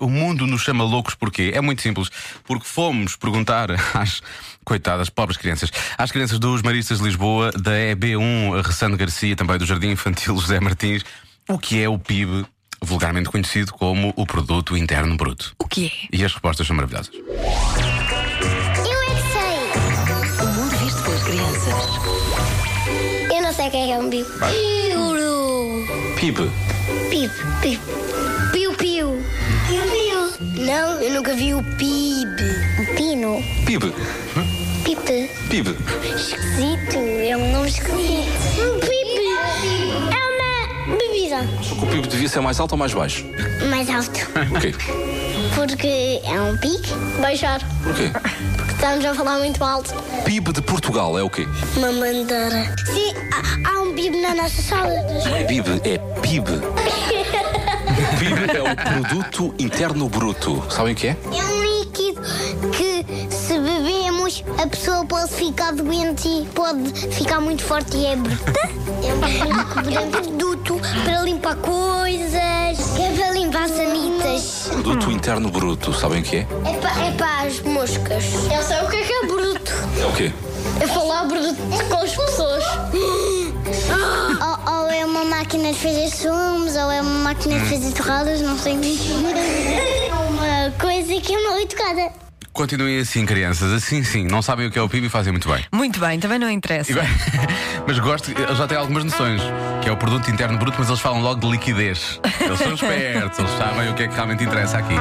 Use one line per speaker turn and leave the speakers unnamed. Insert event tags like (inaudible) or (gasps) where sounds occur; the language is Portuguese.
O mundo nos chama loucos porquê? É muito simples. Porque fomos perguntar (laughs) às coitadas, pobres crianças, às crianças dos Maristas de Lisboa, da EB1, a Ressano Garcia, também do Jardim Infantil José Martins, o que é o PIB, vulgarmente conhecido como o Produto Interno Bruto.
O que é?
E as respostas são maravilhosas.
Eu é que sei.
O mundo visto pelas crianças.
Eu não sei o que é que é um bico. Euro.
PIB.
Pip, pip. Piu, piu. Piu, piu. Não, eu nunca vi o PIB. O pino.
PIB.
Pipe.
PIB.
Esquisito. É um nome esquisito. Um pipe. É uma bebida.
O PIB devia ser mais alto ou mais baixo?
Mais alto.
Porquê?
Porque é um pique. Baixar.
Porquê?
Porque estamos a falar muito alto.
PIB de Portugal é o quê?
Uma bandeira. Sim, há, há um bibe na nossa sala.
PIB é PIB. PIB é o Produto Interno Bruto. Sabem o que é?
É um líquido que se bebemos a pessoa pode ficar doente e pode ficar muito forte e é bruta. É um produto para limpar coisas, que é para limpar sanitas.
Produto Interno Bruto. Sabem o que é?
É para, as moscas. Eu sei o que é que é bruto.
É o quê?
É falar bruto com as pessoas. (gasps) ou, ou é uma máquina de fazer sumos, ou é uma máquina de fazer torradas, não sei. (laughs) É uma coisa que é mal educada.
Continuem assim, crianças, assim sim. Não sabem o que é o PIB e fazem muito bem.
Muito bem, também não interessa.
E bem, (laughs) Mas gosto, eles já têm algumas noções, que é o produto interno bruto, mas
(laughs)
eles falam logo de liquidez. Eles são espertos, eles sabem o que é que realmente interessa aqui.